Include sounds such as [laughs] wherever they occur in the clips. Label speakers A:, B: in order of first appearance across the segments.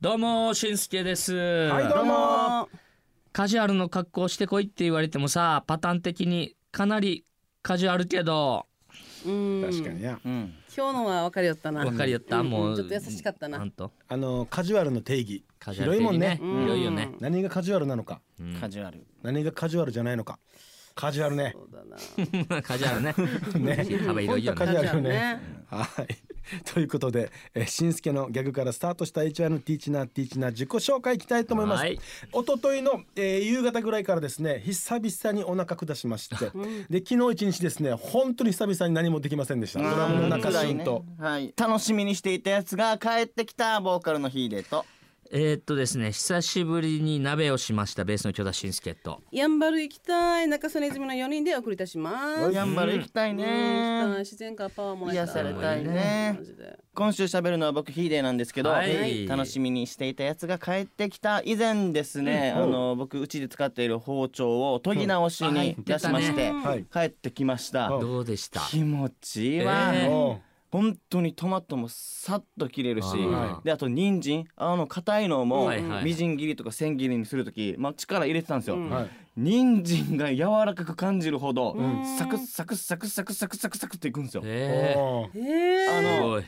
A: どうもしんすけです、
B: はいどうも
A: カジュアルの格好してこいって言われてもさパターン的にかなりカジュアルけど
C: うん
B: 確かにや
A: うん
C: 今日のは分かりよったな
A: 分かりやった、
C: うん
A: もう
C: ちょっと優しかったな
A: なんと
B: あのカジュアルの定義
A: カジュアル
B: 広いもんね
A: 的に広いよね、
B: 何がカジュアルなのか
D: カジュアル。
B: 何がカジュアルじゃないのかカジュアルね
C: そうだな
A: カジュアルね [laughs]
B: ね
A: 幅広いよ
B: カ
A: ね
B: ジュアル
C: カジュ
B: ね
C: アルね
B: はい [laughs] ということでえーしんすけのギャグからスタートした HR のティーチナーティーチナー自己紹介いきたいと思います
A: はい
B: 一昨日の、えー夕方ぐらいからですね久々にお腹下し
A: [laughs]
B: ましてで昨日一日ですね本当に久々に何もできませんでしたドラムの中シーンと
D: はい。楽しみにしていたやつが帰ってきたボーカルのヒーデと。
A: えーっとですね久しぶりに鍋をしましたベースの京田しんすけと
C: やんばる行きたい中曽根泉の四人でお送りいたします
D: やんばる行きたい
C: うん行きたい
D: ね。
C: 自然からパワーもらえた
D: 癒されたいね
C: マジで
D: 今週喋るのは僕ヒーデーなんですけど、
A: はい
D: 楽しみにしていたやつが帰ってきた以前ですね、あの僕うちで使っている包丁を研ぎ直しに出しまして、
C: うん
B: はい
D: 帰ってきました。
B: うん
A: どうでした
D: 気持ちいいわ。
A: えー
B: おう
D: 本当にトマトもさっと切れるし
A: あー
D: であと人参あの硬いのも
A: はいはい
D: みじん切りとか千切りにする時、まあ、力入れてたんですよ、
C: うん
B: はい
D: 人参が柔らかく感じるほど
C: ん
D: サクッサクッサクッサクッサクッサクッサクッっていくんですよ
A: えー
B: おう
C: えー
D: あ
A: す
D: の
A: ごい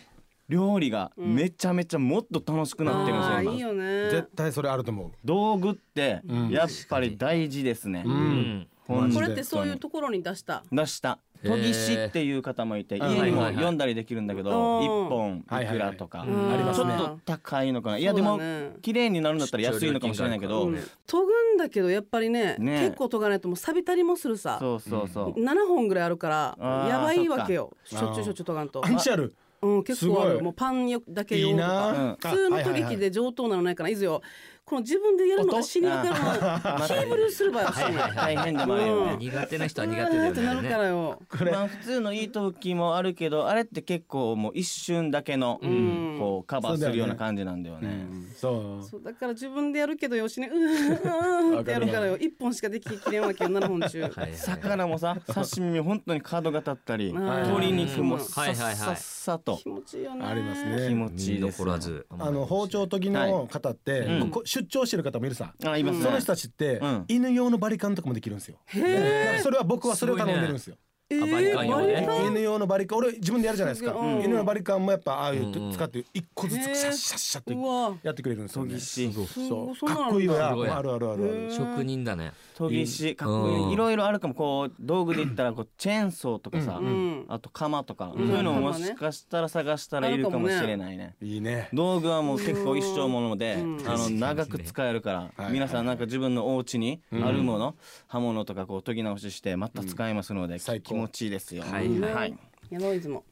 D: 料理がめちゃめちゃもっと楽しくなってるん
C: あー
D: ですよ
C: いい
D: 今
C: よね
B: 絶対それあると思う
D: 道具って
B: うん
D: やっぱり大事ですね、
B: うん
A: うん
D: 本
C: こ
D: 当
C: れ
D: に
C: ってそういうところに出した
D: 出した
A: へー
D: 研ぎ師っていう方もい
B: う
D: て
B: ん
D: 家にも
A: はいはいはい
D: 読んだりできるんだけど
C: うん
D: 1本いくらとか、
A: はい
C: はいはいうんありますね
D: ちょっと高いのかないやでも
C: そうだね
D: 綺麗になるんだったら安いのかもしれないけど、
C: うん研ぐんだけどやっぱりね
D: ね
C: 結構研がないともう錆びたりもするさ
D: そうそうそう、
C: 7本ぐらいあるか
D: あ
C: ら
D: ー
C: やばいわけよし
B: そっか
C: ょっちゅうしょっちゅうとかんと
B: アンチある
C: うん結構あ
B: すご
C: る
B: い
C: もうパンよだけ
B: い
C: 用
B: い
C: と
B: な
C: か
D: うん
C: 普通の
B: あはいは
C: 研
B: い
C: ぎ
B: はい
C: 器で上等なのないからいいずよこの自分でやるのが
A: [laughs]
C: 死にわから
D: 音
C: んキーブルーすればよし
A: はいはいはい
D: 大変でもあるよね、
A: 苦手な人は苦
C: うわーっ
A: 手だ
C: てな
A: よ
C: る
A: ね
C: からよ
B: これ
D: まあ普通のいい時もあるけどあれって結構もう一瞬だけの、
C: ん
D: こうカバーするような感じなんだよね
B: そう
C: そうだから自分でやるけどよしねうんうんうんってやるからよ1本しかでききれんわけよ7本中
A: はいはい
D: 魚もさ刺身も本当に角が立ったり
C: ん
D: 鶏肉も
C: うん
D: さっさっさと
C: 気持ちいいよね
B: ありますね
D: 気持
A: 見
D: ちいい
A: ど
D: で
A: こ
D: す
A: ろはず
B: あの包丁研ぎの方って、
D: いうん
B: こう出張してる方もいるさ、
D: あいますね
B: その人たちって、
D: うん
B: 犬用のバリカンとかもできるんですよだからそれは僕はそれを頼んでるんですよ
C: え
A: あバリカン
C: ー
A: 用ね
C: バリカン
B: 犬用のバリカン俺自分でやるじゃないですか、
C: うん
B: 犬のバリカンもやっぱああいう
A: うんうん
B: と使って一個ずつ
C: へえ
B: シャッシャッシャッ
C: う
B: と
C: わ
B: やってくれるんですよ、
D: 研
B: ね
D: ぎ、師
B: そう
C: そうそうなんだ
B: かっこいいわ
A: すごい
B: あるあるあるある
A: 職人だね
D: 研ぎ師かっこ
A: う
D: い
A: ん
D: いいろいろあるかもこう道具で言ったらこうチェーンソーとかさ、
C: ん
D: あと鎌とか、そういうのももしかしたら探したらいるかもしれないね
B: いいね
D: 道具はもう結構一生もので、あの
A: うん
D: 長く使えるから、
B: はい
D: 皆さんなんか自分のお家にあるもの、刃物とかこう研ぎ直ししてまた使えますので、
B: 最高
D: 気持ちいいですよ。
A: はいはい
C: やろういつも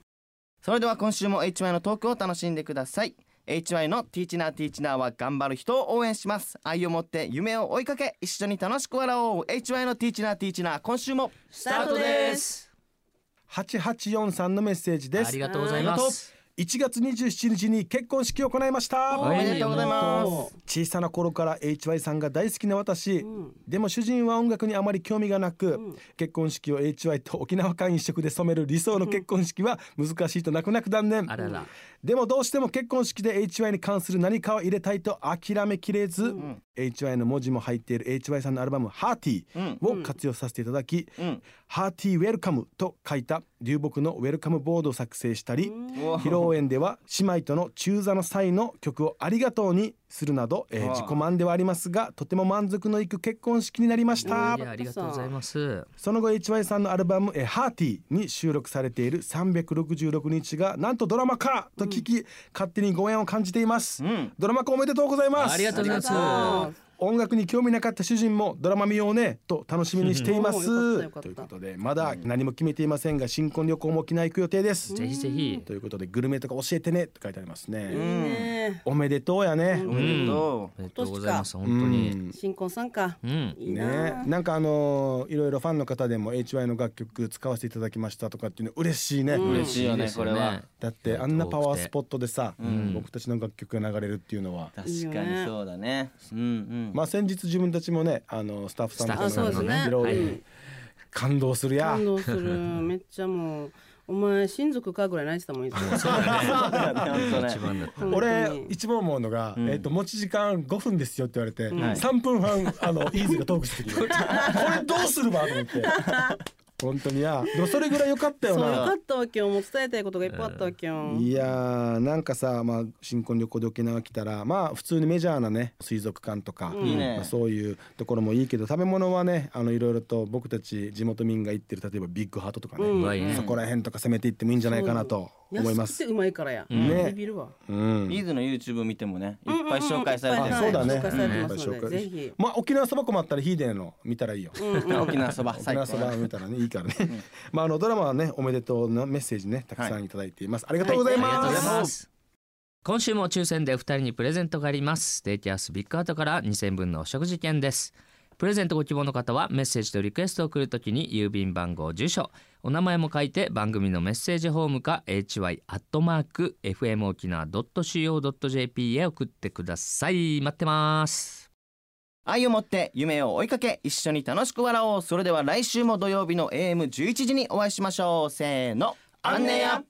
D: それでは今週も HY のトークを楽しんでください。HY のティーチナーティーチナーは頑張る人を応援します。愛を持って夢を追いかけ一緒に楽しく笑おう。HY のティーチナーティーチナー今週もス
C: タートです
B: 8843のメッセージで
A: あ
B: す
A: り
B: 1
A: がとうございます
B: 月27日に結婚式を行いました
D: おめでとうございま
B: 小さな頃から HY さんが大好きな私、でも主人は音楽にあまり興味がなく、結婚式を HY と沖縄間一色で染める理想の結婚式は難しいと泣く泣く断念
A: あらら
B: でもどうしても結婚式で HY に関する何かを入れたいと諦めきれず、HY の文字も入っている HY さんのアルバム「ハーティー」を活用させていただき「
D: ん
B: ハーティーウェルカム」と書いた流木のウェルカムボードを作成したり、
D: お
B: 披露宴では姉妹との中座の際の曲を「ありがとう」にするなど、えー
D: ああ
B: 自己満ではありますがとても満足のいく結婚式になりまし
A: あ
B: た
A: ありがとうございます
B: その後 HY さんのアルバム「えーハーティー」に収録されている366日がなんとドラマ化と聞き、勝手にご縁を感じています、
D: ん
B: ドラマ化おめでとうございます
A: ありがとうございます
C: あ
B: 音楽に興味なかった主人もドラマ見ようねと楽しみにしていま
C: おー
B: す
C: よかった
B: とい
C: よ
B: う
C: か
B: こ
C: った
B: とでまだ何も決めていませんが新婚旅行も沖縄行く予定です
A: ぜひぜひ
B: ということでグルメとか教えてねって書いてありますね、
C: いいね
B: おめでとうやね。
D: めでと
A: ありがとうございます本当に
C: 新婚さんか
A: うん
C: いい
B: ね
C: な、
B: なんかあのーいろいろファンの方でも HY の楽曲使わせていただきましたとかっていうの嬉しいね、
D: う嬉しいよね
A: です
D: これは。
B: だってあんなパワースポットでさ、僕たちの楽曲が流れるっていうのは、
D: 確かにそうだね。うんうん。
B: まあ先日自分たちもねあのスタッフさんと
A: スタッフさんのね
B: いろいろ
A: はい
B: 感動するや
C: 感動するめっちゃもうお前親族かぐらい泣いてたもんいつも
A: そう
D: [laughs]
A: だね
D: 本当
A: 一
D: ね
A: 番だった
B: 俺
C: 本当に
B: 一番思うのが、
D: うん
B: えっと持ち時間5分ですよって言われて、
D: ん
B: 3分半あのイーズがトークしてきてこれどうするわと思って本当にやでもそれぐらい良かったよ
C: そうよか
B: な
C: ったわけよもう伝えたいことがいっぱいあったわけよ
B: いやーなんかさ、まあ、新婚旅行で沖縄来たらまあ普通にメジャーなね水族館とか、
C: うん
D: いいね
B: まあ、そういうところもいいけど食べ物はねあのいろいろと僕たち地元民が行ってる例えばビッグハートとかね、
C: う
A: うわいいね
B: そこら辺とか攻めていってもいいんじゃないかなと思いま
C: 安く
B: す。
C: てうまいからや
A: うん
B: ね
C: ビビるわ
B: うん
D: イーズの YouTube 見てもねいっぱい紹介されてる
B: あそうだね
C: 紹介されてます
B: うん
C: のでぜひ
B: まあ沖縄そば粉もあったらヒーデーの見たらいいよ。
C: うんうん
D: 沖縄そば
B: 沖
D: 最高
B: 縄そば見たらねいいからね。 [laughs] まああのドラマはねおめでとうのメッセージねたくさんいただいています。ありがとうござい
A: ありがとうござい
B: ま。
A: ますす。今週も抽選で2人にプレゼントがあります。ステーキハウスビッグハートから2000分のお食事券です。プレゼントご希望の方はメッセージとリクエストを送るときに郵便番号、住所、お名前も書いて番組のメッセージホームか hy.fmokina.co.jp へ送ってください。待ってます。
D: 愛を持って夢を追いかけ一緒に楽しく笑おうそれでは来週も土曜日の AM11 時にお会いしましょうせーのアンネや